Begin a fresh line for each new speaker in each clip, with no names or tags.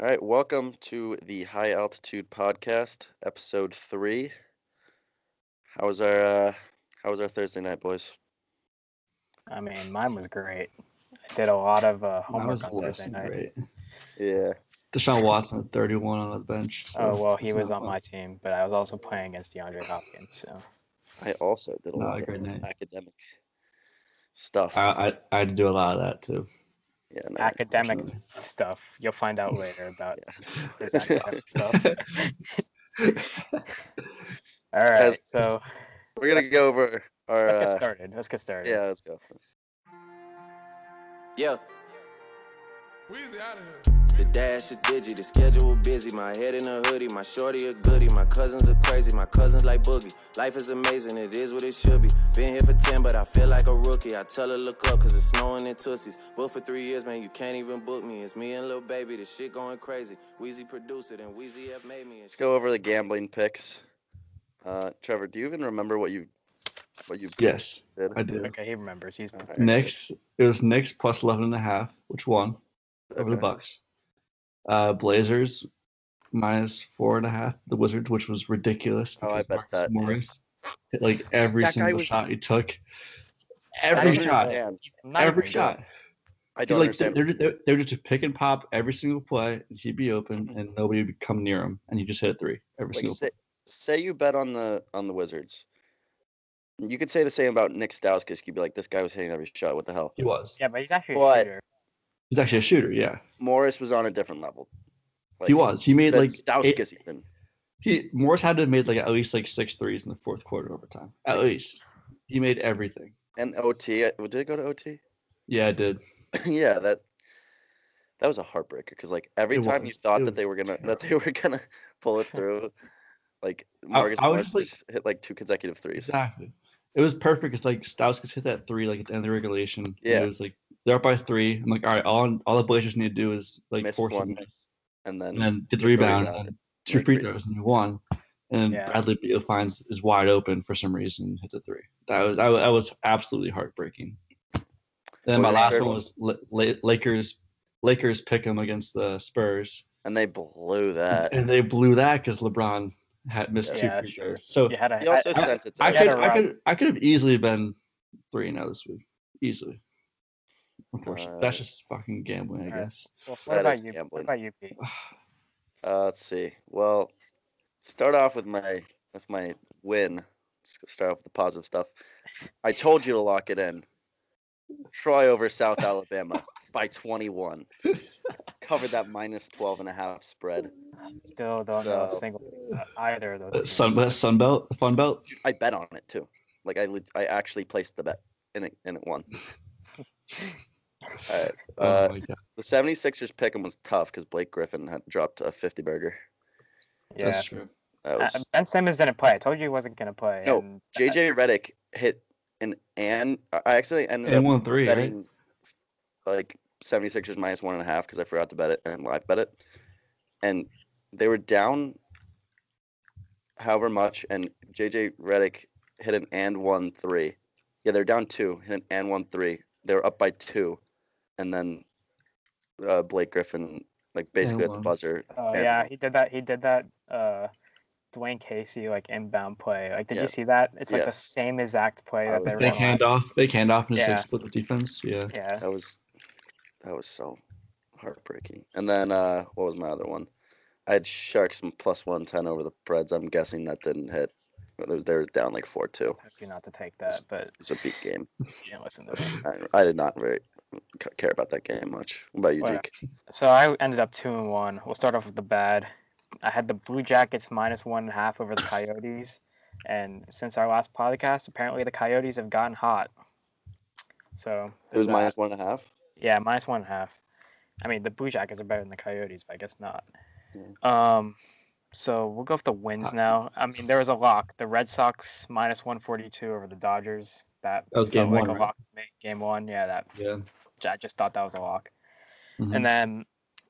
All right, welcome to the High Altitude Podcast, episode three. How was our uh, How was our Thursday night, boys?
I mean, mine was great. I did a lot of uh,
Mine
homework
was
on
less
Thursday
than
night.
great.
Yeah,
Deshaun Watson at 31 on the bench. so
Oh well, he
it's
was
not
on
fun.
my team, but I was also playing against DeAndre Hopkins. So
I also did a
Not
lot
a
of
great night. Uh,
academic stuff.
I, I I had to do a lot of that too.
yeah, no,
academic
unfortunately.
stuff. You'll find out later about his
Yeah.
academic stuff. All right,
Guys,
so
we're gonna
let's-
go over our.
let's get
uh,
started. Let's get started.
yeah, let's go.
Yeah,
Weezy out of here.
the dash a digi, the schedule busy. My head in a hoodie, my shorty a goodie. My cousins are crazy, my cousins like boogie. Life is amazing, it is what it should be. Been here for 10, but I feel like a rookie. I tell her look up, cause it's snowing in Tootsies. Booked for three years, man, you can't even book me. It's me and Lil Baby, this shit going crazy. Weezy produced it, and Weezy have made me. And
Let's go over the gambling picks. Uh, Trevor, do you even remember what you what you
yes,
did?
I did.
Okay, he remembers. He's
All right.
Knicks. It was Knicks plus 11 and a half, which won over the
Okay.
Bucks. Uh, Blazers minus four and a half. The Wizards, which was ridiculous.
Oh, I
because
bet
Marcus
that-
Morris hit like every
That guy
single
was-
shot he took.
I
Every
don't
I
shot.
understand.
understand.
he's not even
Every
good.
shot.
I
He,
don't
like, they're,
understand.
they're, they're- they're just a pick and pop every single play, and he'd be open, and nobody would come near him, and he just hit a three
Mm-hmm. like
every single
say, say you bet on the on the Wizards. You could say the same about Nick Stauskas. You'd be like, this guy was hitting every shot. What the hell?
play. He was.
Yeah, but he's actually
But-
a shooter.
He's actually a shooter. Yeah,
Morris was on a different level. Like,
he was. He made
than
like eight-
Stauskas even.
he Morris had to have made like at least like six threes in the fourth quarter overtime. At least he made everything.
And OT. uh, Did it go to OT?
Yeah, I did.
yeah, that that was a heartbreaker because like every
It
time you
was.
thought
It
that they were
was
gonna that they were gonna pull it through, like Marcus
I was
Morris
just, like-
just hit like two consecutive threes.
Exactly. It was perfect because like Stauskas hit that three like at the end of the regulation. and
Yeah.
It was like they're up by three. I'm like, all right, all all the Blazers need to do is like
Miss
force a
one,
miss.
And then
and then get the rebound,
rebound,
and then two
make
free
free
throws, and you won. And
Yeah.
Bradley Beal finds is wide open for some reason, and hits a three. That was that was, that was absolutely heartbreaking. Then
What was your
my last
third
one
one?
was La- La- Lakers. Lakers pick 'em against the Spurs,
and they blew that.
and they blew that because LeBron had missed
Uh, Yeah,
two free
sure.
throws. So
You had a
He also
I- I-
sent it to
I
You had
could
a
I
rough-
could I could have easily been three now this week, easily. Unfortunately, that's
Uh,
just fucking gambling, I
alright.
guess.
well,
That
what about
is
you? What
gambling.
about you, Pete?
Uh, let's see. Well, start off with my with my win. Let's go start off with the positive stuff. I told you to lock it in. Troy over South Alabama by 21. Covered that minus 12 and a half spread.
Still don't know a
So-
single uh, either of those.
Uh,
teams.
Sun Sun Belt, Fun Belt.
I bet on it too. Like I leg- I actually placed the bet and it and it won. All right. Uh,
oh my god,
the 76ers pick 'em was tough because Blake Griffin had dropped a 50 burger.
Yeah.
that's true.
That
Uh,
was
ben Simmons didn't play. I told you he wasn't gonna play.
No,
and uh, that-
JJ Reddick hit an and I actually ended up
And one three, right?
betting like 76ers minus one and a half because I forgot to bet it and live bet it. And they were down however much, and JJ Reddick hit an and one three. Yeah, they're down two, hit an and one three. They were up by two, and then uh, Blake Griffin, like basically at the
one.
buzzer.
Oh
and-
yeah, he did that. He did that. Uh, Dwayne Casey like inbound play. Like, did
Yeah.
you see that? It's like
Yeah.
the same exact play
I
that
was
they were.
Fake
on.
handoff. Fake handoff and just
Yeah.
like split the defense. Yeah.
Yeah,
That was that was so heartbreaking. And then uh, what was my other one? I had Sharks m- plus one ten over the Preds. I'm guessing that didn't hit. But They they were down like four two.
I hope you not to take that, but
It was a big game.
you know, listen to that.
I, I did not very c- care about that game much. What about you,
Well,
Jake?
So I ended up two and one. We'll start off with the bad. I had the Blue Jackets minus one and a half over the Coyotes, and since our last podcast, apparently the Coyotes have gotten hot. So
It was
there's that.
minus one and a half.
Yeah, minus one and a half. I mean, the Blue Jackets are better than the Coyotes, but I guess not.
Yeah.
Um, so we'll go with the wins
Uh,
now. I mean, there was a lock. The Red Sox minus one forty two over the Dodgers. That,
That was
felt
game
like
one,
a
right?
lock to me. Game one, yeah. That
Yeah.
I just thought that was a lock.
Mhm.
And then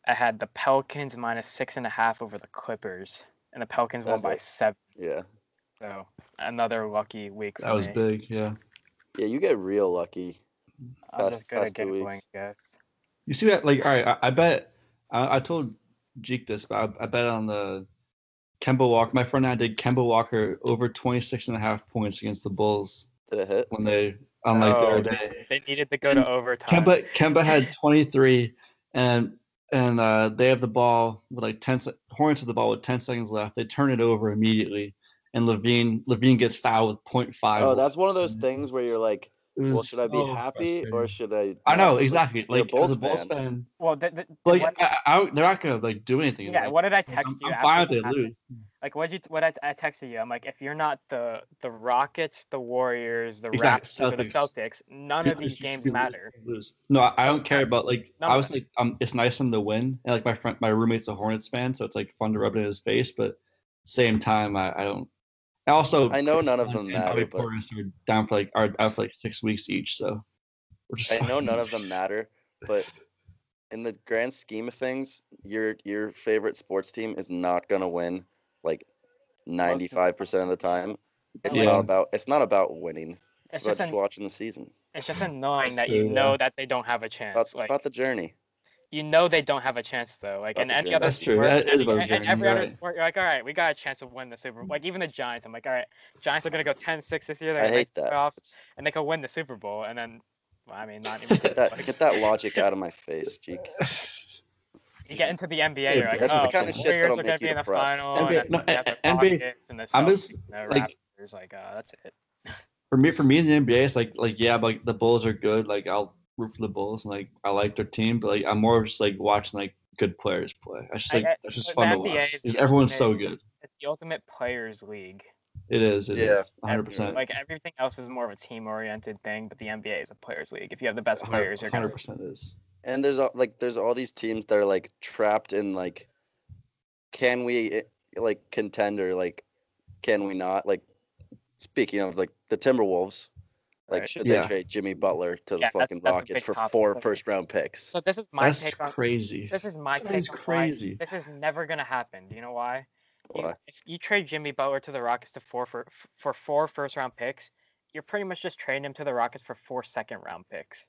I had the Pelicans minus six and a half over the Clippers, and the Pelicans won
That's
by
it.
seven.
Yeah.
So another lucky week. For
that was
me.
big. Yeah.
Yeah, you get real lucky.
I'm
Past-
just good
past
at
two
gambling,
weeks.
I guess.
You see that? Like, all right. I, I bet. I, I told Jeek this, but I, I bet on the Kemba Walker. My friend and I did Kemba Walker over 26 and a half points against the Bulls
Did it hit?
when they on like
Oh,
their day.
They needed to go to overtime.
Kemba Kemba had 23, and and uh, they have the ball with like 10 se- Hornets have the ball with 10 seconds left. They turn it over immediately, and Levine Levine gets fouled with 0.5.
Oh, that's one of those
Mhm.
things where you're like,
It
well,
was
should I be
so
happy or
Oh, frustrating.
should I?
I know
not? Like,
exactly.
you're a
Like as
Bulls
a Bulls
fan.
fan,
Well, th- th-
like
what-
I, I, they're not gonna like do anything.
yeah.
like,
What did I text you?
I'm, I'm
after
fine if
that
they
happened?
lose.
Like what you t- what I, I texted you? I'm like, if you're not the the Rockets, the Warriors, the
Exact-
Raptors, or the
Celtics.
Celtics, none
You
of
lose,
these
you
games
lose,
matter.
you lose. No, I, I don't care about like
None
I
of
was
it.
like um, it's nice of him to win, and like my friend, my roommate's a Hornets fan, so it's like fun to rub it in his face. But same time, I, I don't. I also,
I know none of
Chris
them
Paul and Bobby
matter, but-
Portis are down for like are out for like six weeks each, so we're just.
I know
fucking-
none of them matter, but in the grand scheme of things, your your favorite sports team is not gonna win like ninety five percent of the time. It's
Yeah.
not about it's not about winning. It's,
It's just
about just
an,
watching the season.
it's just annoying
That's
that you
true,
know
yeah.
that they don't have
About-
a
It's
chance.
about,
Like
the journey.
you know they don't have a chance though. Like
About
in
the
any
journey.
other
That's true.
sport,
That is
any-
about the
and
journey,
every
you're
other
right.
sport, you're like, all right, we got a chance of winning the Super Bowl. Like even the Giants, I'm like, all right, Giants are gonna go 10-6 this year. They're
I
gonna make
hate that.
playoffs,
It's-
and they could win the Super Bowl. And then, well, I mean, not even
Get that get that logic out of my face, Jeek.
you get into the NBA,
Yeah,
you're like,
that's
oh,
the
the
kinda
shit that'll
Warriors are
make
going to
you
be in the
depressed.
final.
NBA
and
no,
then you got the
a- NBA
Rockets and the
I'm just,
Celtics and the
like-
Raptors. Like, uh, that's it.
for me, for me in the NBA, it's like like yeah, but, like the Bulls are good. Like I'll root for the Bulls, and like I like their team, but like I'm more of just like watching like good players play. That's just
I-
like
I-
that's just
the
fun to
NBA
watch
is
because
the
everyone's so
ultimate-
good.
It's the ultimate players' league.
It is. It is.
Yeah.
100. percent
Like everything else is more of a team-oriented thing, but the NBA is a players' league. If you have the best players, you're going
Hundred
to.
percent is.
And there's all, like there's all these teams that are like trapped in like, can we eh, like contend or like, can we not? Like, speaking of like the Timberwolves, like
Right.
should
Yeah.
they trade Jimmy Butler to
Yeah,
the
that's-
fucking
that's a big
Rockets for
topic.
four
That's-
first round picks?
So this is my
That's
take on.
crazy.
This is my
That
take
is
on
crazy.
Why this is never going to happen. Do you know why? You-
Why?
if you trade Jimmy Butler to the Rockets to four for f- for four first-round picks, you're pretty much just trading him to the Rockets for four second-round picks.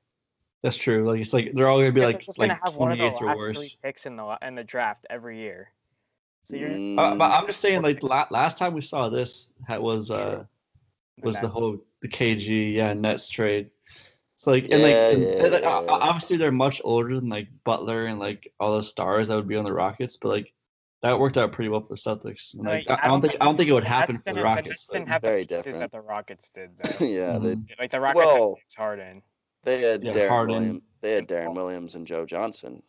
That's true. Like it's like they're all gonna be
Because
like
they're just
like
gonna have one of the
28th or
last three
worse.
picks in the la- in the draft every year. So you're
Mm,
Uh, but I'm just saying, like la- last time we saw this ha- was uh was the
Nets.
whole the KG yeah Nets trade. So like and
Yeah,
like, and-
yeah,
and, like,
yeah,
o-
yeah.
obviously they're much older than like Butler and like all the stars that would be on the Rockets, but like that worked out pretty well for the Celtics. And, like,
Like,
I, I don't think I don't think it would happen
Nets
for the
didn't-
Rockets.
The Nets didn't
like,
have
very
the pieces
different.
that the Rockets did though.
yeah, they,
mhm.
like the Rockets had
Well-
James Harden.
they had
Yeah,
Darren
Harden.
Williams, they had
And
Darren
Paul.
Williams and Joe Johnson.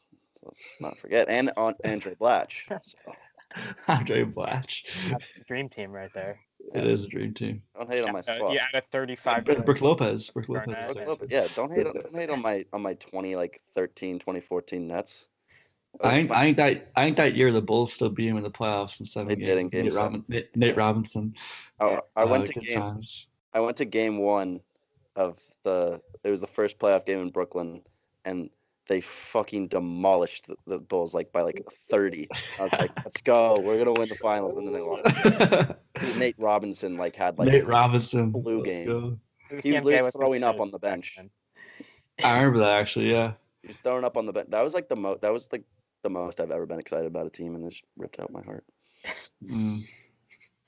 Let's not forget, and on Andre Blatch. So,
Andre Blatch.
That's the dream team right there.
It is a dream team.
don't hate on my
Yeah,
squad.
you add a 35.
Brooke Brooke Lopez. Brooke
Garnett.
Lopez.
Look
Okay.
up- yeah, don't hate on don't hate on my on my 20 like 13 2014 Nets. That
I
was
think, I think that I think that year the Bulls still beat him in the playoffs in seven
They
games.
did in game
Nate,
seven.
Robin, Nate, Nate Robinson.
my- I, I
Uh,
went to
good
game
times.
I went to game 1 of the it was the first playoff game in Brooklyn and they fucking demolished the, the Bulls like by like 30. I was like, "Let's go. We're going to win the finals." And then they lost. Nate Robinson like had like
Nate
his-
Robinson.
Blue
let's
game.
go.
he was literally throwing up on the bench.
then.
I remember that actually. Yeah.
He was throwing up on the bench. That was like the most that was like the most I've ever been excited about a team and this ripped out my heart.
Mm.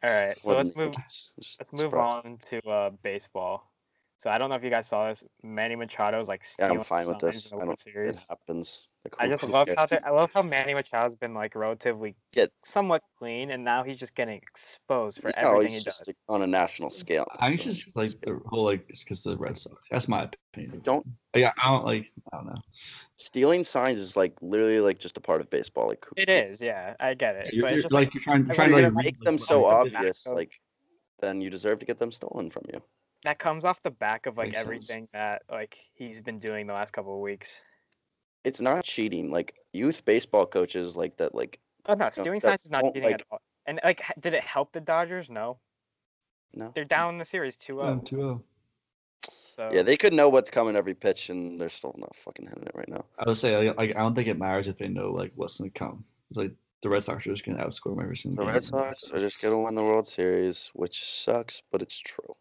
All right, so
More
let's
than the
move.
Yankees. It was
Let's move
surprising.
on to uh, baseball. So I don't know if you guys saw this. Manny Machado's like
Yeah,
stealing
I'm fine with
signs
this.
in the
I
World
don't. It
Series.
happens. Like,
I
who-
just
who
love
cares?
how they- I love how Manny Machado's been like relatively
Yeah.
somewhat clean, and now he's just getting exposed for
You know,
everything
he's
he does.
just like, on a national scale.
I think
so
it's just like the whole like it's because the Red Sox. That's my opinion.
don't
Like, I I don't like. I don't know.
stealing signs is like literally like just a part of baseball. Like who-
It is, yeah, I get it.
You're,
but
you're-
it's just
like you're trying, you're
I
trying to
really
like
you
don't
read
make
the
them
play,
so
but
like, the back
obvious.
of-
Like then you deserve to get them stolen from you.
that comes off the back of like
Makes sense.
everything that like he's been doing the last couple of weeks.
It's not cheating. Like youth baseball coaches like that. Like
Oh no, stealing
that
signs is not
won't,
cheating
like-
at all. And like, h- did it help the Dodgers? No,
no.
they're down in the series 2-0.
down 2-0.
so
Yeah, they could know what's coming every pitch, and they're still not fucking hitting it right now.
I would say like, like I don't think it matters if they know like what's gonna come. It's like the Red Sox are just gonna outscore them every
The
single.
Red
game.
Sox are just gonna win the World Series, which sucks, but it's true.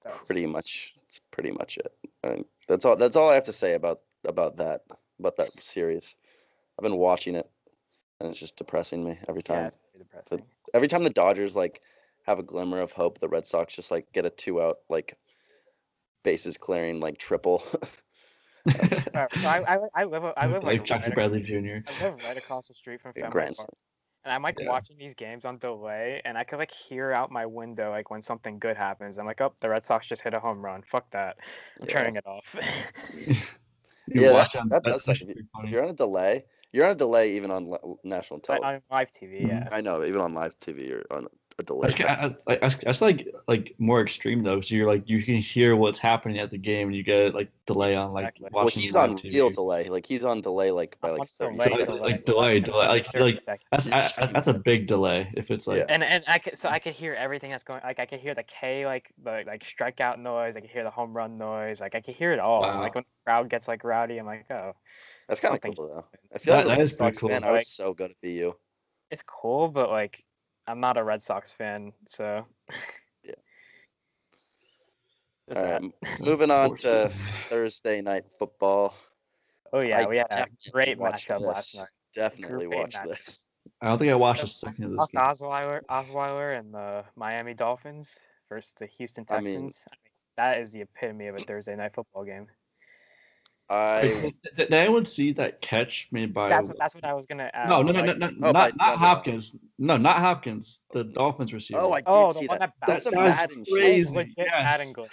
so-
pretty much that's pretty much it. And that's all that's all I have to say about about that about that series. I've been watching it, and it's just depressing me every time.
Yeah, it's pretty depressing.
every time the Dodgers like have a glimmer of hope, the Red Sox just like get a two out like bases clearing like triple.
All right, so I, I, li- I live I live like,
like Jackie
right,
Bradley Jr.
I live right across the street from
Yeah,
Fenway
Grant's-
Park, and I'm like
Yeah.
watching these games on delay, and I could like hear out my window like when something good happens. I'm like, oh, the Red Sox just hit a home run. Fuck that. I'm
Yeah.
turning it off.
You
Yeah,
watch
that-
on-
that
that's
does suck.
actually pretty
if
funny.
you're on a delay, you're on a delay even on li- national
Like,
television.
on live TV, yeah.
I know, even on live TV, you're on a delay.
That's, ki- that's, like- that's, that's like like more extreme though. So you're like you can hear what's happening at the game, and you get like delay on like
Exactly.
well,
watching
he's
live
on
TV.
real delay. Like he's on delay like by
I'm on
like thirty
delay,
seconds.
Like- like delay, delay, like-
30
like-
seconds.
That's I- I, that's a big delay if it's like
and and I could so I could hear everything that's going like I could hear the K like the like strikeout noise I could hear the home run noise like I could hear it all
Wow.
like when the crowd gets like rowdy I'm like oh
That's kind of
Something.
cool though. I feel
That-
like
that
that
is
is
pretty
Sox
cool.
fan, I would
Like-
so go to BU.
it's cool but like I'm not a Red Sox fan so
Yeah.
Just
All
that.
right, m- moving on to
Unfortunately.
Thursday night football.
oh yeah
I
we had a
definitely
great
watched
matchup
this.
last night
Definitely
Great
watch
matchup.
this.
I don't think I watched a second of this
Buck
game.
Osweiler Osweiler and the Miami Dolphins versus the Houston
I mean-
Texans I mean, that is the epitome of a Thursday night football game
I
Did, did anyone see that catch made by?
that's what that's what I was gonna add
no, no, no,
like-
no, no,
Oh, by
not, not
Dundee.
Hopkins. No, not Hopkins. The Dolphins receiver.
oh I did
Oh, the
see
one
that.
that
That's
bounced.
a
That was
Madden shit.
That is
Crazy,
legit
yes.
Madden glitch.
That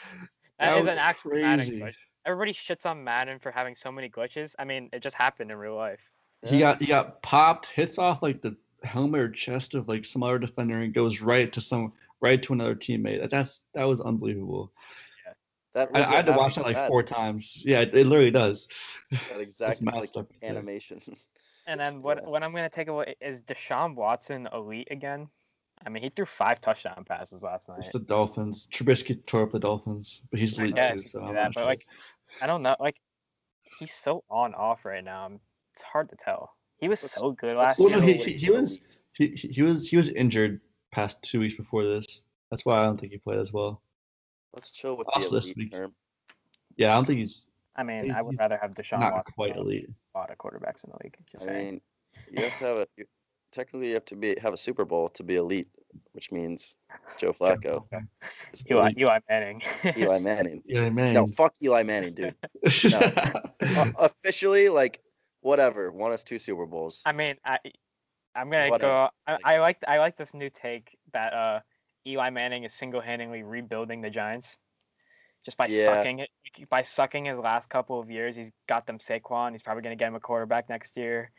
that is
was
an actual Madden
crazy.
glitch. Everybody shits on Madden for having so many glitches. I mean, it just happened in real life.
He got he got popped, hits off like the helmet or chest of like some other defender, and goes right to some right to another teammate. That's that was unbelievable.
That
I, I
legit
had to watch that
happened
like
to
four times. Yeah, it, it literally does.
Madden. That exact
mad
like,
stuff right there.
animation.
And then what?
Yeah.
What I'm gonna take away is Deshaun Watson elite again. I mean, he threw five touchdown passes last night.
It's the Dolphins. Trubisky tore up the Dolphins, but he's
I
lead
guess
too.
you
So
could
I'm
do that,
not
but
sure.
like, I don't know. Like, he's so on off right now. I'm- It's hard to tell. He was
Let's-
so good
let's
last
Well,
see
no,
year.
how
he-
late
he- he
in the
was-
week.
he, he he was he was injured past two weeks before this. That's why I don't think he played as well.
Let's chill with
also
the
this
elite
week.
term.
Yeah, I don't think he's
I mean, I
he's
would rather have Deshaun
not
Watson
quite
than
elite.
a lot of quarterbacks in the league. Just
I
saying.
mean, you have to have a you, technically you have to be have a Super Bowl to be elite, which means Joe Flacco. is
Eli,
elite.
Eli Manning.
Eli Manning.
Yeah, man.
No, fuck Eli Manning, dude. O- officially, like whatever, won us two Super Bowls.
I mean, I, I'm gonna
Whatever,
go. I,
like-
I like I like this new take that uh, Eli Manning is single-handedly rebuilding the Giants, just by
Yeah.
sucking it. By sucking his last couple of years, he's got them Saquon. He's probably gonna get him a quarterback next year.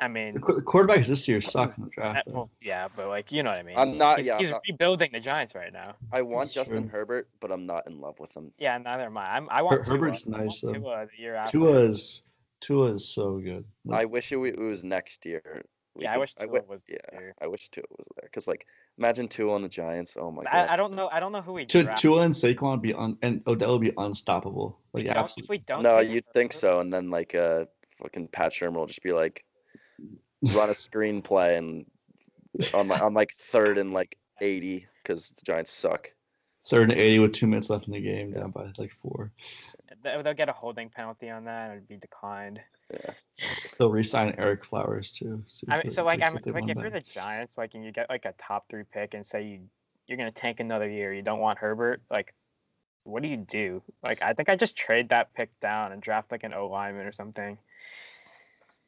I
the
mean,
qu- quarterbacks this year suck in the
uh,
draft.
well, yeah, but like you know what I mean.
I'm not-
He's,
yeah, I'm
he's
not-
rebuilding the Giants right now.
I want
That's
Justin
true.
Herbert, but I'm not in love with him.
Yeah, neither am I. I'm, I want Tua.
Herbert's
I want
nice, though.
Tua the year
though.
after.
Tua's Tua is so good.
I
Like,
wish it, wa- it was next year. We
Yeah, I
could-
wish Tua
wi-
was
Yeah,
there.
I wish Tua was there. Cause like, imagine Tua on the Giants. Oh my god.
I, I don't know. I don't know who we
Tu-
draft.
Tua and Saquon would be un- and Odell would be unstoppable.
We
Like
don't- if
absolutely.
we don't
no,
take
you'd think
Herbert-
so, and then like uh, fucking Pat Shermer will just be like, run a screenplay and on like on like third and like eighty because the Giants suck.
Third and eighty with two minutes left in the game,
Yeah.
down by like four.
They- They'll get a holding penalty on that. and It'd be declined.
They'll re-sign Eric Flowers too. see
I
if
mean,
they-
so like,
see
I'm,
if they
like
want
if you're
back.
the Giants, like, and you get like a top three pick, and say you you're gonna tank another year, you don't want Herbert, like, what do you do? Like, I think I just trade that pick down and draft like an O lineman or something.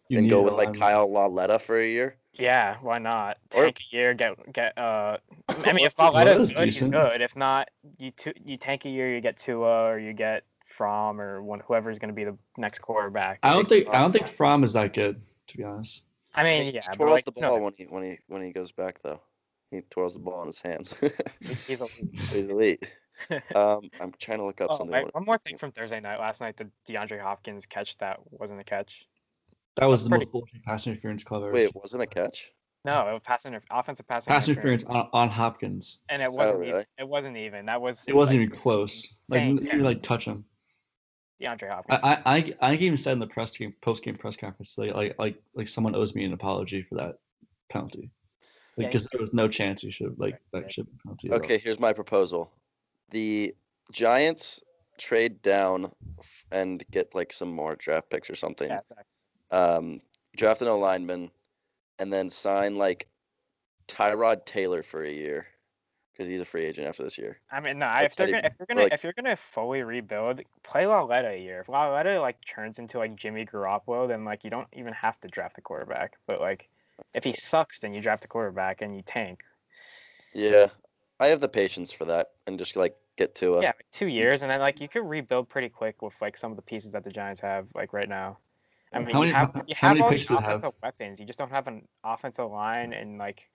You
and
need
go
a
with like
lineman.
Kyle Lauletta for a year.
Yeah, why not?
Or-
Tank a year, get get. uh I mean, if
Well,
Valletta's
that's
good, he's
decent.
good. If not, you two, you tank a year, you get Tua, or you get From, or one whoever's gonna be the next quarterback.
I don't think I
Fromm.
don't think Fromm is that good, to be honest.
I mean,
he
yeah, but
twirls
like,
the
no,
ball when he when he when he goes back though. He twirls the ball in his hands.
he's a
He's elite. Um, I'm trying to look up
Oh,
something.
wait,
what-
one more thing from Thursday night last night: the DeAndre Hopkins catch that wasn't a catch.
That was the
pretty-
most bullshit pass interference call I've ever
Wait,
seen.
it wasn't a catch. Mm-hmm.
No, it was pass inter- offensive pass,
Pass interference on, on Hopkins.
and it wasn't. even,
Oh, really?
it wasn't even. That was.
It wasn't
like,
even close. Like
insane
you didn't even, like touch him.
DeAndre Hopkins.
I, I I- I even said in the press game post game press conference like, like like like someone owes me an apology for that penalty.
Yeah,
Because there was no chance he should like
Right,
that
right.
should be a penalty. at all.
Okay, here's my proposal. The Giants trade down f- and get like some more draft picks or something.
yeah, exactly.
Um, draft an lineman, and then sign like Tyrod Taylor for a year because he's a free agent after this year.
I mean, no. I-
Like
If they're
Teddy
gonna, if
B-
you're
or,
gonna
like-
if you're gonna fully rebuild, play Lauletta a year. If Lauletta like turns into like Jimmy Garoppolo, then like you don't even have to draft the quarterback. But like, if he sucks, then you draft the quarterback and you tank.
Yeah, I have the patience for that, and just like get to a.
yeah, like, two years, and then like you could rebuild pretty quick with like some of the pieces that the Giants have like right now. I mean,
How many-
you have you
how
have
many
all these
picks do they have?
offensive weapons. You just don't have an offensive line and like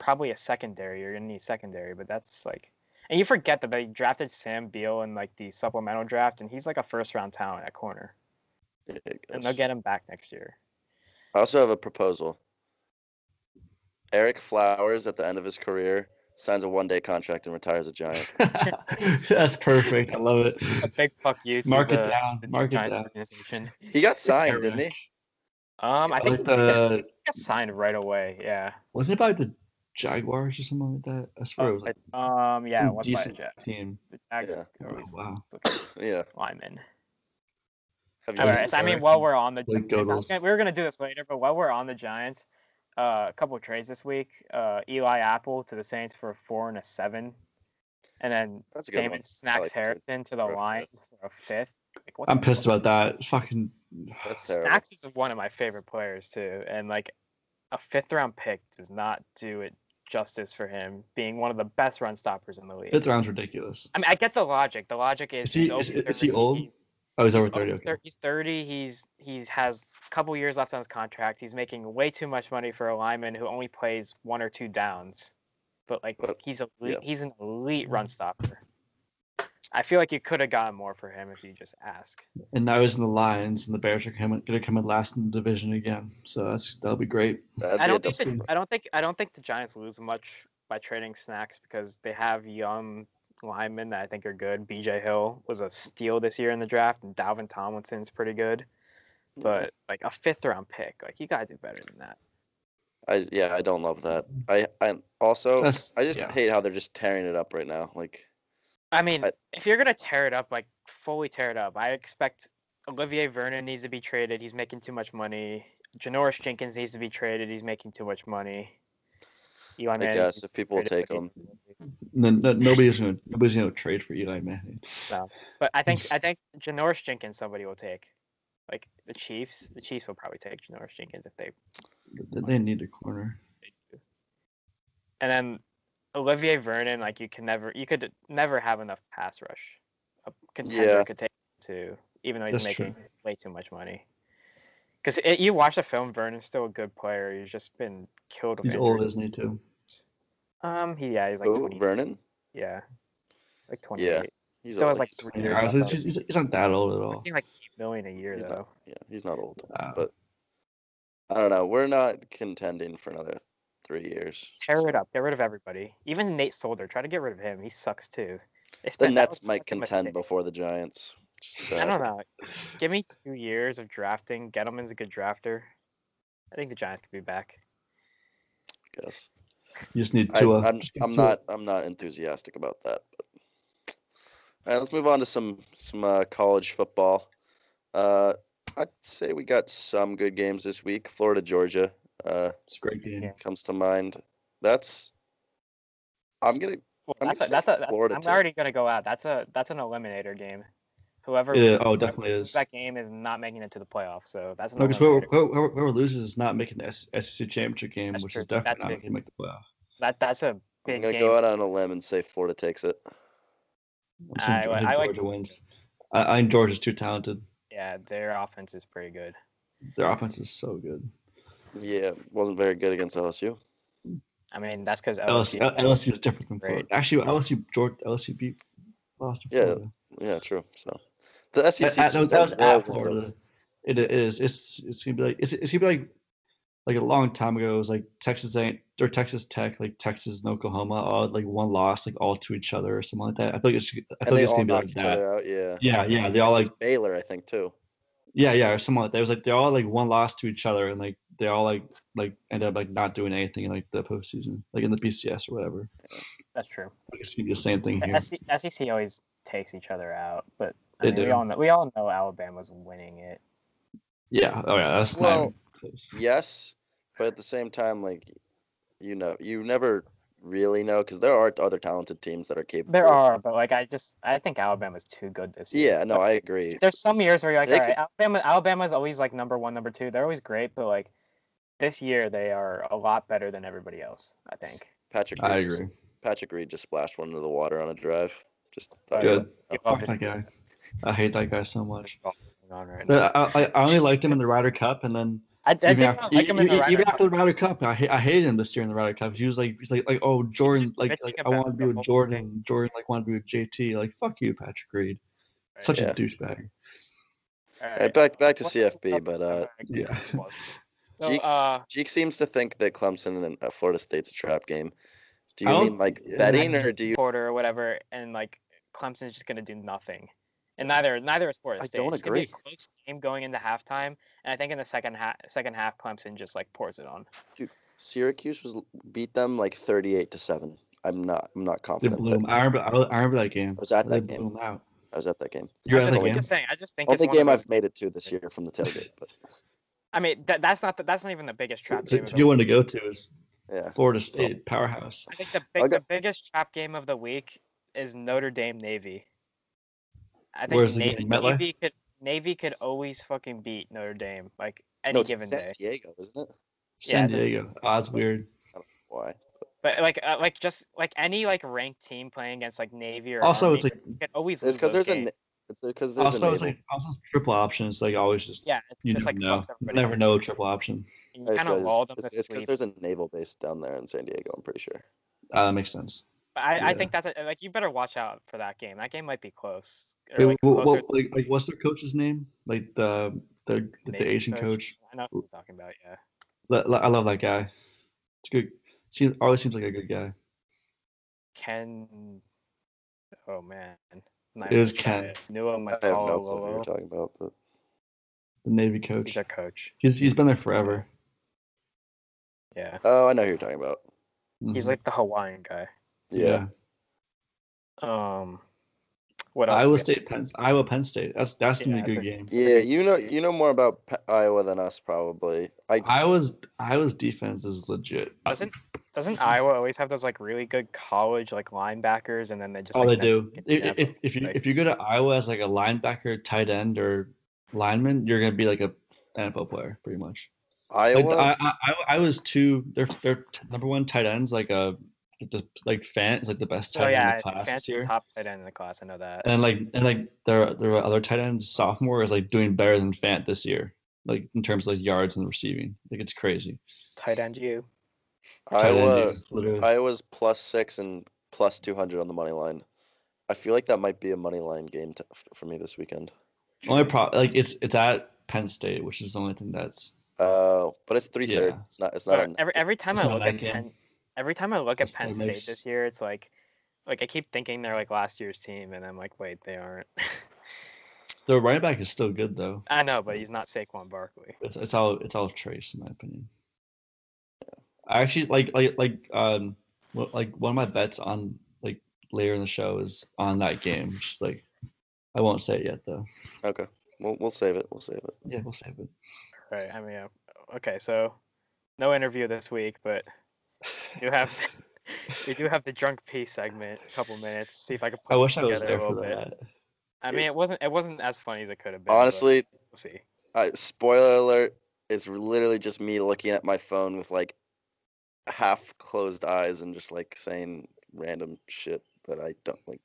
probably a secondary. You're gonna need secondary, but that's like, and you forget that they drafted Sam Beal in like the supplemental draft, and he's like a first round talent at corner,
I
and they'll
guess.
get him back next year.
I also have a proposal. Eric Flowers at the end of his career signs a one-day contract and retires a Giant.
That's perfect. I love it.
A big fuck you to
Mark
the,
it down.
the New
Mark it
Giants
down.
organization.
He got signed, didn't he?
Um, I think
Like
he got
the
signed right away. Yeah.
wasn't it by the Jaguars or something like that? I swear it was like
Um, yeah.
some
it was by
decent
the
Oh,
Jets.
team. Oh,
The Jags
Yeah.
are always
Wow.
Yeah.
linemen.
Have you
All
seen
right,
this?
so I mean,
Eric
while
and
we're on the
Blake
Giants, I was
Goedels.
gonna- we were gonna do this later, but while we're on the Giants, uh, a couple of trades this week. Uh, Eli Apple to the Saints for a four and a seven, and then
That's a good
Damon
one.
Snacks
like the trade
Harrison to the
for a
Lions for a fifth. Like, what
I'm
the
pissed
fuck?
about that. Fucking
That's terrible.
Snacks is one of my favorite players too, and like a fifth round pick does not do it justice for him being one of the best run stoppers in the league.
fifth round's ridiculous.
I mean, I get the logic. The logic is
Is he-
he's over
is- is he
30,
old?
he's
Oh, he's over
He's
thirty.
over
Okay.
thir- He's 30. He's he's has a couple years left on his contract. He's making way too much money for a lineman who only plays one or two downs. But like
But-
he's a le-
yeah.
he's an elite
Mm-hmm.
run stopper. I feel like you could have gotten more for him if you just ask.
And now he's in the Lions, and the Bears are coming, gonna come in last in the division again. So that's that'll be great.
That'd be
I
a
don't think
double-
the, I don't think I don't think the Giants lose much by trading snacks because they have young linemen that I think are good. BJ Hill was a steal this year in the draft, and Dalvin Tomlinson's pretty good. But like a fifth round pick, like you gotta do better than that.
I yeah, I don't love that. I I also
That's
I just
yeah.
hate how they're just tearing it up right now. Like
I mean,
I-
if you're gonna tear it up, like fully tear it up, I expect Olivier Vernon needs to be traded. He's making too much money. Janoris Jenkins needs to be traded. He's making too much money. Eli
I
Manning
guess
needs
if
to be
people will
traded,
take him,
Then then nobody's gonna nobody's gonna trade for Eli Manning.
but I think I think Janoris Jenkins somebody will take. Like the Chiefs, the Chiefs will probably take Janoris Jenkins if they
They- They need a corner.
they do. And then Olivier Vernon, like you can never, you could never have enough pass rush. A contender
Yeah.
could take him to, even though he's
That's true.
making way too much money. Because you watch the film, Vernon's still a good player. He's just been killed. with
He's old,
injuries.
isn't he? Too.
Um, he yeah, he's like
Ooh,
20,
Vernon,
yeah, like twenty.
Yeah,
Yeah,
he's
Still
old.
has, like,
He's-
three
yeah,
years
Yeah, I was-
not
he's, he's- he's not that old at all.
like eight million a year
He's not-
though.
Yeah, he's not old.
Uh,
but- I don't know. We're not contending for another three years.
Tear it up. Get rid of everybody. Even Nate Solder. Try to get rid of him. He sucks too. They
The
spent- that
Nets
was
might
such a
contend
mistake.
before the Giants. Just uh,
I
sad.
don't know. Give me two years of drafting. Gettleman's a good drafter. I think the Giants could be back.
I guess.
you just need
I,
Tua.
I'm,
Just get
I'm
Tua.
not I'm not enthusiastic about that. But. All right, let's move on to some some uh, college football. Uh, I'd say we got some good games this week. Florida Georgia uh,
It's a great game.
Yeah.
comes to mind. That's I'm gonna
Well,
I'm
that's
gonna
a, that's
say
a, that's,
Florida
I'm
too.
already gonna go out. That's a that's an eliminator game. Whoever
Yeah,
whoever
oh, definitely
loses
is.
that game is not making it to the playoffs. So that's an
No, because whoever,
eliminator.
whoever, whoever loses is not making the S- SEC championship game,
That's
which
true.
is definitely
That's
not
big.
going to make the playoff.
That that's a
I'm
big
gonna
game.
go out on a limb and say Florida takes it.
I'm saying
I-
Ge-
I
I, think
like-
Georgia wins. I, I think Georgia's too talented.
yeah, their offense is pretty good.
Their offense is so good.
Yeah, wasn't very good against LSU.
I mean, that's because LSU.
LSU, L- LSU is different from
Great.
Florida. Actually, LSU Georgia, LSU beat lost to
Yeah,
Florida.
Yeah, true. So the E SEC
That, that, that was,
just
that
a
was
whirlwind
at
of-
Florida. It is. It's it's gonna be like it's, it's gonna be like like a long time ago. It was like Texas ain't or Texas Tech, like Texas and Oklahoma, all like one loss, like all to each other or something like that. I feel like it's, I feel
and
like
they
it's
all
gonna be
knocked
like
each
that.
other out. Yeah.
Yeah, yeah, they all like
Baylor, I think too.
Yeah, yeah, or something like that. It was like they all like one loss to each other, and like they all like like end up like not doing anything in like the postseason, like in the BCS or whatever.
That's true.
Like, it's gonna be the same thing here.
The E, SC SEC always takes each other out, but I
They
mean, we
do.
all know we all know Alabama's winning it.
Yeah. Oh yeah, that's
Well,
not close.
yes, but at the same time, like you know, you never really know because there are other talented teams that are capable.
There are, but like I just I think Alabama's too good this year.
Yeah, no, I agree.
There's some years where you're like,
They
all right, Alabama Alabama's always like number one, number two. They're always great, but like this year they are a lot better than everybody else, I think.
Patrick.
I
Reed just-
agree.
Patrick Reed just splashed one into the water on a drive. Just I-
Good.
Give up
Fuck
this
that guy. I hate that guy so much.
going on right now.
uh,
But I, I, I only liked him in the Ryder Cup, and then
I, I think
even,
I
after,
like him in the
even-
Ryder
even
Cup.
after the Ryder Cup, I, hate, I hated him this year in the Ryder Cup. He was like, he was like, like oh Jordan,
Just
like,
bitching
like I
about
want to be
the
with
whole
Jordan. Jordan like wanted to be with JT. Like fuck you, Patrick Reed.
Right.
Such
Yeah.
a douchebag.
All
Hey,
right.
uh, back back to
What-
CFB, but uh,
Yeah.
So,
Jeeks-
uh,
Jeek seems to think that Clemson and uh, Florida State's a trap game. Do
I
you
don't-
mean like
yeah,
betting,
I-
or do you?
Porter or whatever, and like Clemson's just gonna do nothing. And neither neither is Florida
I
State.
don't
It's gonna be a
agree.
close game going into halftime, and I think in the second half, second half, Clemson just like pours it on.
Syracuse was beat them like thirty-eight to seven. I'm not. I'm not
They
confident.
blew
that-
him. I remember, I remember that game.
I was at
They
that
blew
game.
him out.
I was at that game.
You were
I'm
at
just,
that
like
I'm
game.
just saying. I just think it's
Only
one of
game
those,
I've made it to this year from the tailgate. But
I mean, that, that's not the, that's not even the biggest trap
It's,
game.
it's
Of
a
the
good
week.
one to go to is
yeah,
Florida State powerhouse.
I think the
I'll
big,
go-
the biggest trap game of the week is Notre Dame Navy. I think
Where's the
Navy,
game? MetLife?
Navy could Navy could always fucking beat Notre Dame like any
no, it's
given
San
day.
Diego, isn't it?
Yeah,
San
it's a-
Diego. Odds weird.
Why?
But like uh, like just like any like ranked team playing against like Navy or
Also,
Army,
it's like
you can always lose
It's because
those
there's a.
games.
na- It's because there's
also
a.
it's
naval-
like also it's triple option. It's like always just
yeah. It's
you
just
never
like
know.
fucks
You
everybody
never
up.
know with triple option.
You
I
kind
feel
of
it's-
lull them to
It's because
sleep.
there's a naval base down there in San Diego. I'm pretty sure.
Ah, that makes sense.
But I, I
yeah.
think that's a, like you better watch out for that game. That game might be close. Or,
Wait,
like,
wha- wha-
closer
like, like, what's their coach's name? Like the the the,
Navy
the Asian coach.
I know who you're talking about. Yeah.
Lo- lo- I love that guy. It's good. Seems always seems like a good guy.
Ken. Oh man. I'm not
It is
even sure.
Ken.
Nua
I have no clue what you're
Matalo.
talking about, but
The Navy
He's
coach.
a coach.
He's he's been there forever.
Yeah.
oh, I know who you're talking about.
He's
Mhm.
like the Hawaiian guy.
Yeah,
Um. What else? do we
Iowa
have?
State, Penn, Iowa Penn State. That's that's gonna
Yeah,
be a
that's
good game.
yeah. You know, you know more about Pe- Iowa than us, probably. I
Iowa's Iowa's defense is legit.
Doesn't doesn't Iowa always have those like really good college like linebackers and then they just
Oh,
like,
they
never
do.
get
If,
never,
if, if you
like-
if you go to Iowa as like a linebacker, tight end, or lineman, you're gonna be like a NFL player pretty much.
Iowa.
Like the, I, I I- I was two. Their their t- number one tight ends like a the, like Fant is like the best tight
Oh
end in
yeah,
the class
Fant's
this
the
year.
top tight end in the class. I know that.
And like and like their their other tight end sophomore is like doing better than Fant this year. Like in terms of like yards and receiving, like it's crazy.
tight end you.
Tight end
Iowa.
is literally-
Iowa's plus six and plus two hundred on the money line. I feel like that might be a money line game to, f- for me this weekend.
only pro like it's it's at Penn State, which is the only thing that's
Uh, but it's three thirty.
Yeah.
It's not. It's not.
But
on
every every time
It's
I
not
look
that
at
game.
Penn, every time I look at
It's
Penn
not
State
nice.
this year, it's like, like I keep thinking they're like last year's team, and I'm like, wait, they aren't.
the running back is still good though.
I know, but he's not Saquon Barkley.
It's it's all it's all trace in my opinion. I actually like like like um wh- like one of my bets on like later in the show is on that game. Just like I won't say it yet though.
okay. We'll, we'll save it. We'll save it.
Yeah, we'll save it.
Right. I mean, uh, okay, so no interview this week, but you have. We do have the drunk pee segment, a couple minutes. See if I can.
I
put it
wish I was
together
there
a
for
little bit.
that.
I mean, it wasn't. It wasn't as funny as it could have been. but
Honestly,
we'll see.
I, Uh, spoiler alert. It's literally just me looking at my phone with like half closed eyes and just like saying random shit that I don't like.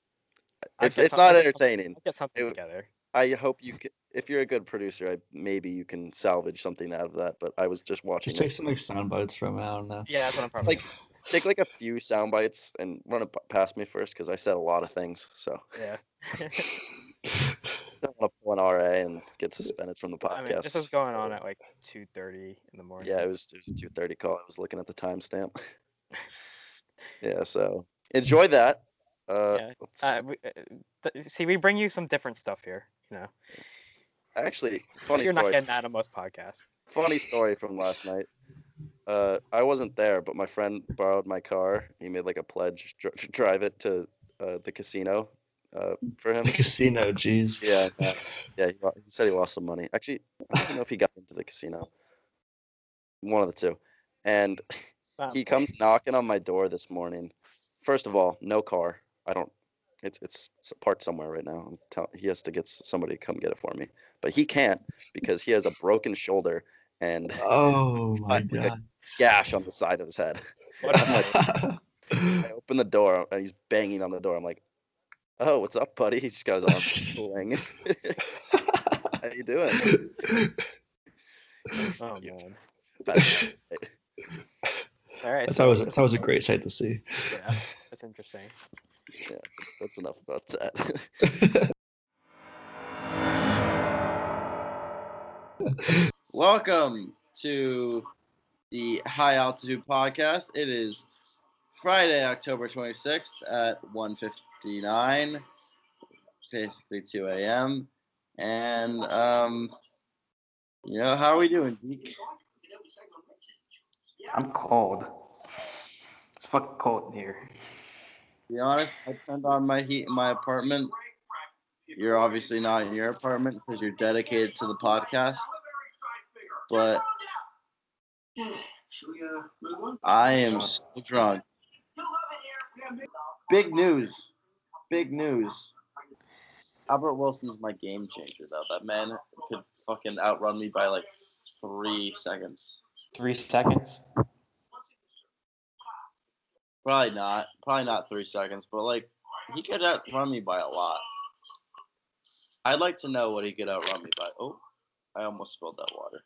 I'll
It's
get
it's
some- I'll
not
get some-
entertaining.
I'll get something
It-
together.
I hope you can, if you're a good producer, I maybe you can salvage something out of that. But I was just watching.
Just
it.
take some like sound bites from it. I don't know.
Yeah, that's what I'm probably.
like take like a few sound bites and run it p- past me first because I said a lot of things. So
yeah.
don't want to pull an RA and get suspended from the
I
podcast.
mean, this was going on at like 2:30 in the morning.
yeah, it was it was a two thirty call. I was looking at the timestamp. yeah, so enjoy that. Uh,
Yeah,
let's-
Uh, we, uh, th- see, we bring you some different stuff here. You know,
actually, funny
you're
story.
not getting that on most podcasts.
Funny story from last night. Uh, I wasn't there, but my friend borrowed my car. He made like a pledge dr- to drive it to uh, the casino uh, for him.
The casino, jeez.
Yeah, yeah, yeah, he, lo- he said he lost some money. Actually, I don't even know if he got into the casino. one of the two. And
Wow.
he comes knocking on my door this morning. First of all, no car. I don't. It's it's s- parked somewhere right now. I'm tell, he has to get s- somebody to come get it for me, but he can't because he has a broken shoulder and
Oh my
Like a gash on the side of his head.
What a-
god.
I open the door and he's banging on the door. I'm like, "Oh, what's up, buddy?" He's just got his arm sling. How you doing?
oh
Yeah.
man.
That's-
All right.
That
so-
was that was a great sight to see.
Yeah, that's interesting.
That's enough about that.
Welcome to the High Altitude Podcast. It is Friday, October 26th at 1.59, basically 2 a.m. And, um, you know, how are we doing, Zeke?
I'm cold. It's fucking cold in here.
To be honest, I turned on my heat in my apartment. You're obviously not in your apartment because you're dedicated to the podcast. But I am so drunk. Big news. Big news. Albert Wilson's my game changer, though. That man could fucking outrun me by like three seconds.
Three seconds.
Probably not. Probably not three seconds, but like he could outrun me by a lot. I'd like to know what he could outrun me by. Oh, I almost spilled that water.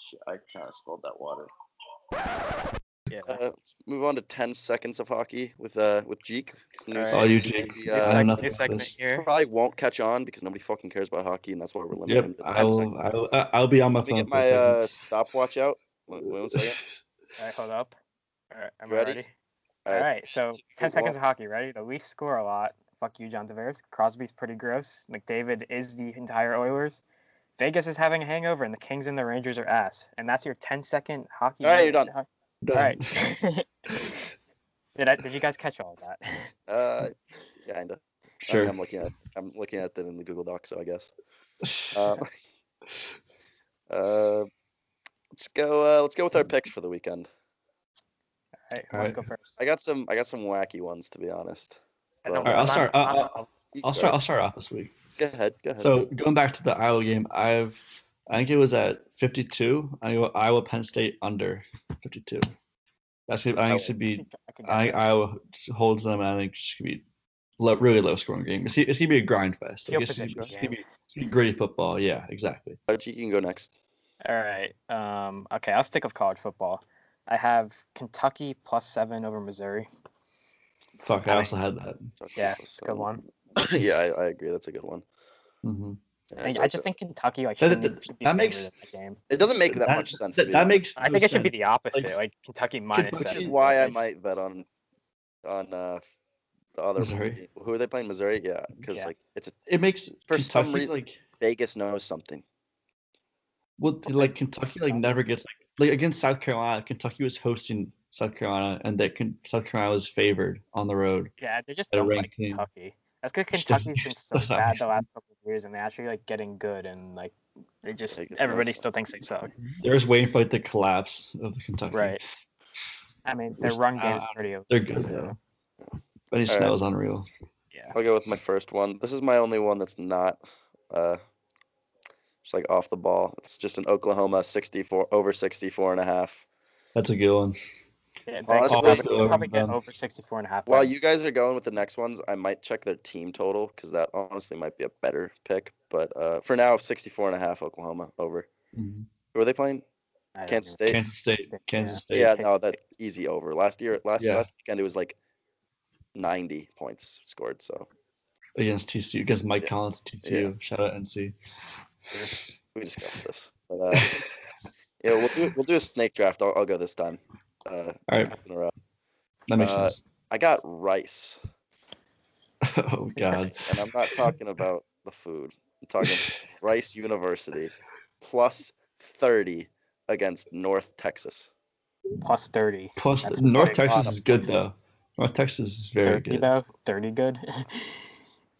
Shit, I kind of spilled that water.
Yeah.
Uh, let's move on to 10 seconds of hockey with uh with Jeek. It's a new
All right.
Oh, you
segment.
Jeek.
He,
New
New
uh,
I don't
segment,
know about
new segment
this.
here.
probably won't catch on because nobody fucking cares about hockey, and that's why we're limiting
Yep,
him to 10
I will.
seconds.
I will. I- I'll be on my
Let me
phone.
get
for a
my uh, stopwatch out. Wait, wait one second.
second.
All right, hold up. All right, am I
Ready?
ready?
All
All
right.
right, so 10
Move
seconds of hockey. Ready? The Leafs score a lot. Fuck you, John Tavares. Crosby's pretty gross. McDavid is the entire Oilers. Vegas is having a hangover, and the Kings and the Rangers are ass. And that's your 10 second hockey.
All right, you're
minute.
done.
All right. did, I, did you guys catch all of that?
Uh, kinda. I
Sure.
am looking at I'm looking at that in the Google Doc, so I guess. Uh, uh, let's go. Uh, let's go with our picks for the weekend.
All right,
All
let's
right.
go first.
I got some. I got some wacky ones, to be honest.
I don't-
All right,
I'll
I'm not-
start.
I'm
I'll-
not-
You
I'll start. I'll start off this week.
Go ahead. Go ahead.
So going back to the Iowa game, I've I think it was at 52. I go Iowa Penn State under 52. That's gonna, I think it should
I
be.
think I could get
I think
that.
Iowa holds them. I think it should be low, really low scoring game. It's, it's gonna be a grind fest. Like,
Field
it's, gonna be,
position
it's gonna
game.
be- it's gonna be gritty football. Yeah, exactly.
Uh, G, you can go next.
All right. Um, okay, I'll stick with college football. I have Kentucky plus seven over Missouri.
Fuck,
I
I
mean-
also had that.
Talk
Yeah,
about
it's a good
some-
one.
yeah, I, I agree. That's a good one.
hmm
Yeah,
I,
I'd
I
like
just
that.
think Kentucky like
That-
should
that- that makes-
game.
it doesn't make that, much sense. to
That,
be
that
honest.
makes.
I
no
think it should be
sense.
the opposite, like Kentucky minus
Which is
seven.
Kentucky-
why I might bet on on uh the other
Missouri.
team. Who are they playing? Missouri. Yeah, because
Yeah.
like it's a,
It makes
For some
Kentucky,
reason-
like
Vegas knows something.
Well, th- like Kentucky, like never gets like like against South Carolina. Kentucky was hosting South Carolina, and that can, South Carolina was favored on the road.
Yeah, they just
They're
don't like
ranked team.
Kentucky. That's because
Which doesn't
Kentucky's been
make-
so
does not
bad
make
the last couple of years, and they're actually like getting good, and like they just
Vegas knows
everybody
something.
still thinks they suck.
They're just waiting for like the collapse of Kentucky.
Right. I mean, their
Which-
run
I-
game is
I-
pretty. over.
They're good
So,
though. Benny
All
Snell
right.
is unreal.
Yeah.
I'll go with my first one. This is my only one that's not uh just like off the ball. It's just an Oklahoma 64 over 64 and a half.
That's a good one.
yeah
Honestly,
Vegas-
I'm
they'll probably
going
get over 64 and a half.
While
wins.
you guys are going with the next ones, I might check their team total cuz that honestly might be a better pick, but uh for now 64 and a half Oklahoma over.
Mhm.
Who are they playing?
I don't
Kansas
know.
State.
Kansas State.
State,
Kansas
yeah.
State.
Yeah, no, that easy over. Last year last
Yeah.
last weekend it was like 90 points scored, so
Against TCU, against Mike
Yeah.
Collins, TCU. Shout out NC.
we discussed this. But, uh, yeah, we'll do we'll do a snake draft. I'll, I'll go this time. Uh,
All right,
times in a row.
that makes
Uh,
sense.
I got rice,
oh God.
and I'm not talking about the food. I'm talking Rice University plus 30 against North Texas.
plus 30.
Plus,
That's
North
quite a lot
Texas
of
is good
points.
though. North Texas is very
30
good.
though. 30 good.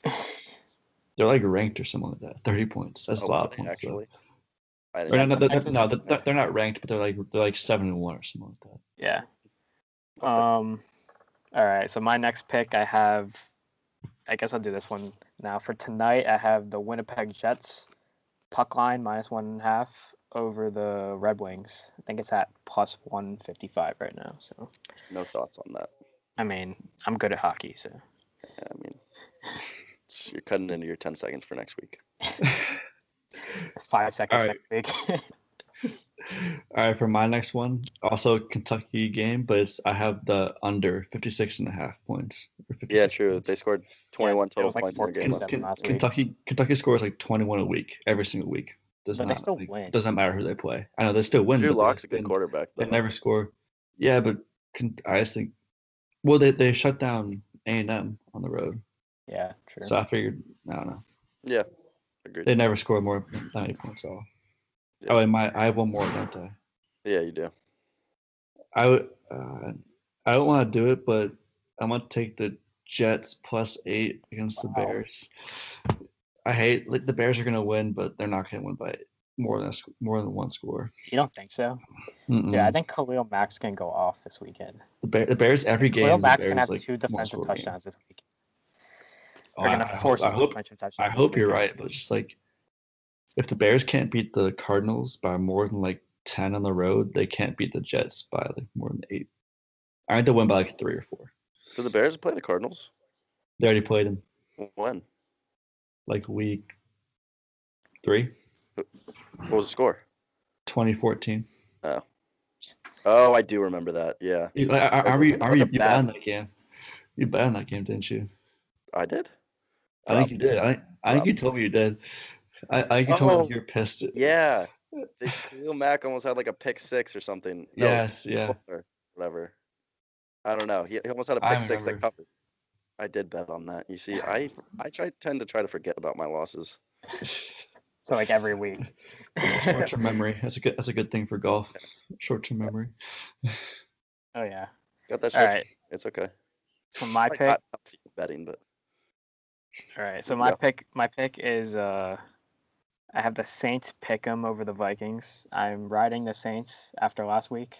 They're like ranked or something like that. Thirty points. That's
Oh,
a lot
were
of
they
points. though.
actually. I
Or no,
think.
no, they're,
Texas-
no, they're they're not ranked, but they're like they're like seven and one or something like that.
Yeah.
Let's do it.
Um. All right. So my next pick, I have. I guess I'll do this one now for tonight. I have the Winnipeg Jets puck line minus one and a half over the Red Wings. I think it's at plus one fifty five right now. So
No thoughts on that.
I mean, I'm good at hockey. So
Yeah, I mean, you're cutting into your 10 seconds for next week.
five seconds
right.
next week.
All right, for my next one, also Kentucky game, but it's I have the under 56 and a half points. or
Yeah,
56
true.
points.
They scored 21
it
total
was like
points in the game.
14-7.
last-
seven last week.
Kentucky Kentucky scores like 21 a week every single week. Does
But they
not,
still
like,
win.
Doesn't matter who they play. I know they still win.
Drew
but they-
Locke's a good
they-
quarterback,
They
though.
never score. Yeah, but Ken- I just think, well, they, they shut down A and M on the road,
yeah. True.
so I figured I don't know.
Yeah, agreed.
They never score more than 90 points at all.
Yeah.
Oh, and my I have one more, don't I?
Yeah, you do.
I would. Uh, I don't want to do it, but I'm gonna take the Jets plus eight against the
Wow.
Bears. I hate like the Bears are gonna win, but they're not gonna win by more than a, sc- more than one score.
you don't think so?
Mm-mm.
Yeah, I think Khalil Mack's gonna go off this weekend.
the, Bear, the Bears every game.
Khalil
the
Mack's gonna
Bears,
have
like,
two defensive
one-score game.
touchdowns this week.
Oh,
They're
I-
gonna
I hope-
force
I
two
hope,
defensive touchdowns.
I
this
hope you're
weekend.
right, but just like if the Bears can't beat the Cardinals by more than like ten on the road, they can't beat the Jets by like more than eight. I think they'll win by like three or four.
Did the Bears play the Cardinals?
They already played them
When?
like week three.
What was the score?
2014.
Oh, I do remember that. Yeah,
You, I, I, I,
That's-
re- I,
that's a
re- you bet
bad-
on that game. You bet on that game, didn't you?
I did. Um,
I think you did. I, think- I think you told me you did. I, I think you told
Oh.
me you were pissed. at-
Yeah. They, Khalil Mack almost had like a pick six or something. No,
Yes, yeah.
Or whatever. I don't know. He, he almost had a
I
pick six that
remember.
covered. I did bet on that. You see, I I try tend to try to forget about my losses.
So like every week.
Short term memory. That's a good that's a good thing for golf. Short term memory.
Oh yeah.
Got that shit.
All right.
It's okay.
So my
Like,
pick.
not healthy betting, but
All right. So my
Yeah.
pick. My pick is. Uh, I have the Saints pick 'em over the Vikings. I'm riding the Saints after last week.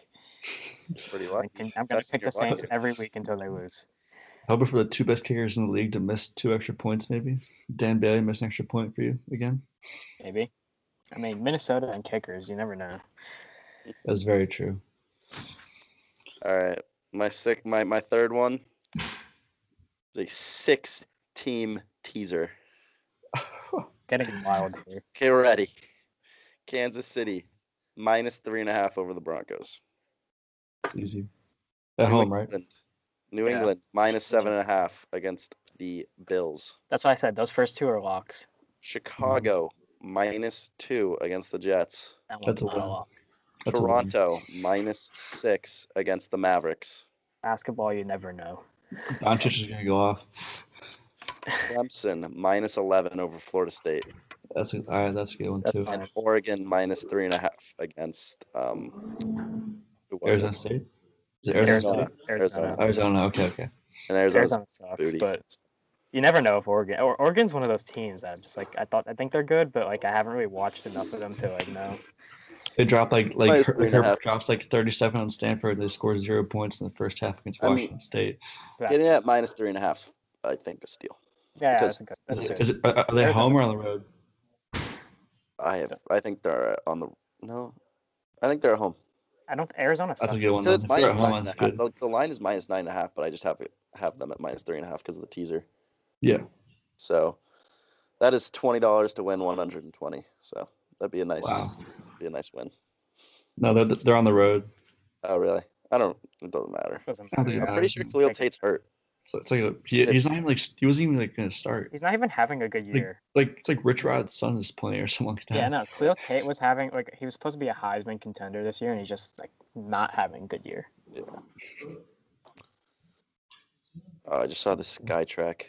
pretty
I
lucky.
can, I'm gonna
Best in
pick the
your life.
Saints every week until they lose.
Hoping for the two best kickers in the league to miss two extra points, maybe. Dan Bailey missed an extra point for you again.
Maybe. I mean Minnesota and kickers. You never know.
That's very true.
All right. My sick my, my third one is a six team teaser.
Getting wild here.
Okay, we're ready. Kansas City minus three and a half over the Broncos.
It's easy. At
New
home, right?
England- New
Yeah.
England minus seven and a half against the Bills.
That's why I said those first two are locks.
Chicago minus two against the Jets.
That one's
That's a
not
win.
lock.
That's a win.
Toronto minus six against the Mavericks.
Basketball, you never know.
Doncic is gonna go off.
Clemson minus eleven over Florida State.
That's a, all right, that's a good one
That's
too.
fine.
Oregon minus three and a half against um who was it?
Arizona State? Is it Arizona,
Arizona.
State?
Arizona.
Arizona.
Arizona, okay, okay.
And Arizona's
Arizona sucks,
booty.
but you never know if Oregon or Oregon's one of those teams that I'm just like I thought I think they're good, but like I haven't really watched enough of them to like know.
They dropped like like
Minus
Her-
three and a
Herbert
half.
drops like 37 on Stanford. They scored zero points in the first half against
I mean-
Washington State.
Getting it at minus three and a half, I think, a steal.
yeah, yeah,
because
that's a good.
Is,
That's
it-
good.
is it, are are they
Arizona's
home or on the road?
I have, I think they're on the no, I think they're at home.
I don't. Arizona sucks.
That's a good one.
Because it's
though. If they're
minus
at
nine
home,
and a
that's
half.
good.
The, the line is minus nine and a half, but I just have it have them at minus three and a half because of the teaser.
Yeah.
So that is twenty dollars to win one hundred and twenty. So that'd be a nice,
Wow.
be a nice win.
No, they're, they're on the road.
Oh really? I don't. It doesn't matter.
Doesn't
I don't think
matter.
it
I'm pretty sure Khalil Tate's hurt.
So it's like a, he, he's not even like he wasn't even like gonna start.
He's not even having a good
Like,
year.
like it's like Rich Rod's son is playing or something like that.
Yeah, no. Cleo Tate was having like he was supposed to be a Heisman contender this year, and he's just like not having a good year.
Oh, I just saw the Skytrack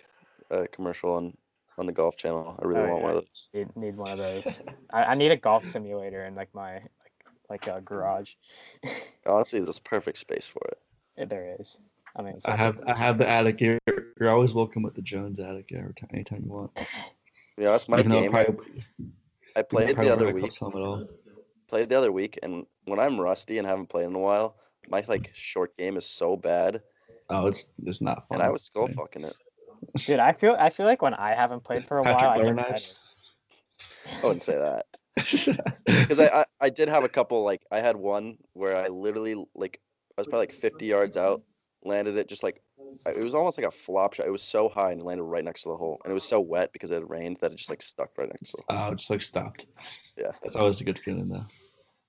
uh, commercial on on the Golf Channel. I really
Oh,
want one
yeah.
of those.
Need, need one of those. I, I need a golf simulator in like my like like a garage.
Honestly, there's perfect space for it.
there is. I mean, it's
I
not
have
the
I have the attic. You're, you're always welcome at the Jones attic every time, anytime you want.
You know, that's my
Even though it
game.
probably- even though
I
it
played
probably
the other
never
week.
comes home at all.
played the other week, and when I'm rusty and haven't played in a while, my like short game is so bad,
Oh, it's it's not fun.
and I was skull
Right.
fucking it.
Dude, I feel I feel like when I haven't played for a while, I
Patrick
get
Burnives.
I wouldn't say that because I, I I did have a couple like I had one where I literally like I was probably like 50 yards out, landed it just like I- it was almost like a flop shot. It was so high and it landed right next to the hole, and it was so wet because it had rained that it just like stuck right next to the hole.
Oh, just like stopped.
Yeah.
that's always a good feeling though.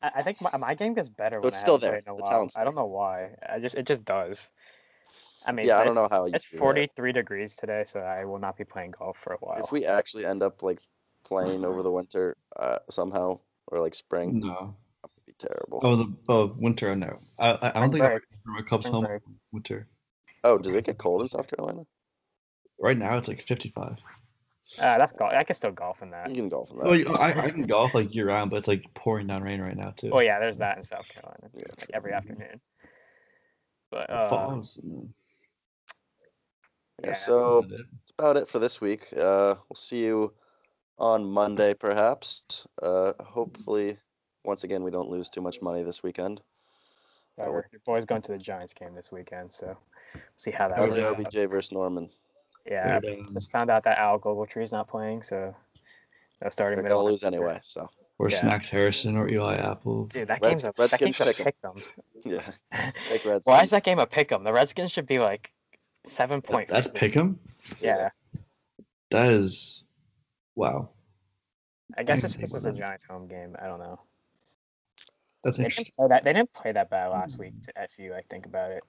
I, I think my, my game gets better when
it's
I
still
haven't
there.
played in a
The
while.
talent's
I don't know why. I just it just does. I mean,
Yeah, I don't
it's-
know how you
It's
do that.
43 degrees today, so I will not be playing golf for a while.
If we actually end up like playing over the winter uh, somehow or like spring,
No,
it'd be terrible.
oh the oh winter. No, I I- I don't think I
break.
remember my Cubs
Spring
home
break.
winter.
Oh, does it get cold in South Carolina?
Right now it's like 55.
Uh, that's golf. I can still golf in that.
You can golf in that.
Uh, Well, Oh, you- I, I can golf like year round, but it's like pouring down rain right now too.
Oh yeah, there's that in South Carolina,
Yeah.
like every afternoon. But
It
uh,
falls and then
Yeah,
yeah,
so
that's it.
that's about it for this week. Uh, we'll see you on Monday, perhaps. Uh, hopefully, once again, we don't lose too much money this weekend.
whatever. your boy's going to the Giants game this weekend, so see how that
How's
works.
the
out.
OBJ versus Norman?
Yeah,
But,
I
um,
just found out that Al Globaltree's not playing, so that's starting
They're
middle.
gonna lose anyway, so
or
yeah.
Snacks Harrison or Eli Apple.
Dude, that
Reds-
game's a that
Redskins
game's a
pick 'em.
pick 'em.
yeah. Take Redskins.
Why is that game a pick 'em? The Redskins should be like seven
That,
point.
that's Pick'em.
yeah.
That is, wow.
I guess
can
it's
take
because
one
it's a
then.
Giants home game. I don't know.
That's
They didn't
interesting. Hmm.
play that. They didn't play that bad last week to FU. I think about it.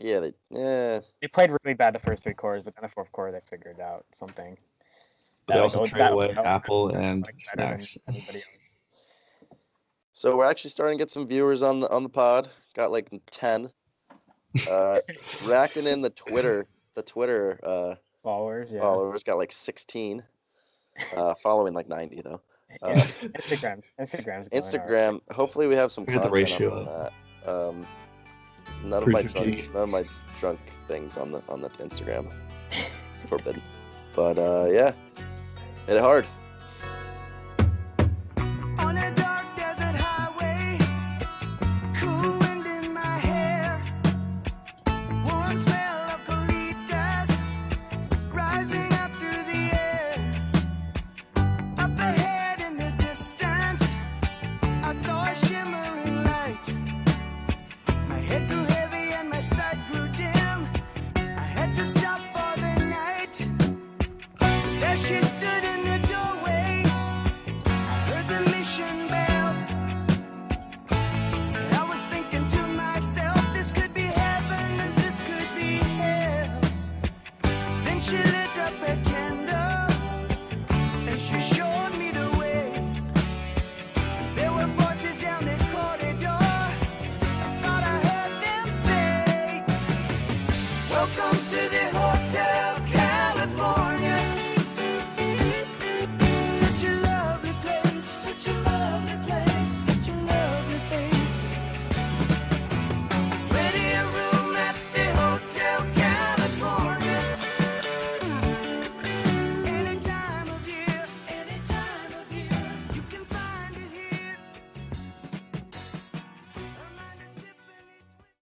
Yeah, they, yeah.
They played really bad the first three quarters, but then the fourth quarter they figured out something.
They
That was
also
old-
trade
that-
away
that was-
Apple
that was,
and
like, better than
Snacks.
Anybody else.
So we're actually starting to get some viewers on the on the pod. Got like ten. Uh, racking in the Twitter, the Twitter uh,
Followers, yeah.
followers got like sixteen. Uh, following like ninety though.
Yeah.
Uh,
Instagram's Instagram's going alright.
Instagram. Hopefully we have some
Look at the
content
ratio
on that. Um, none of my
Preacher
drunk,
geek.
none of my drunk things on the on the Instagram. It's forbidden. But uh, yeah, hit it hard.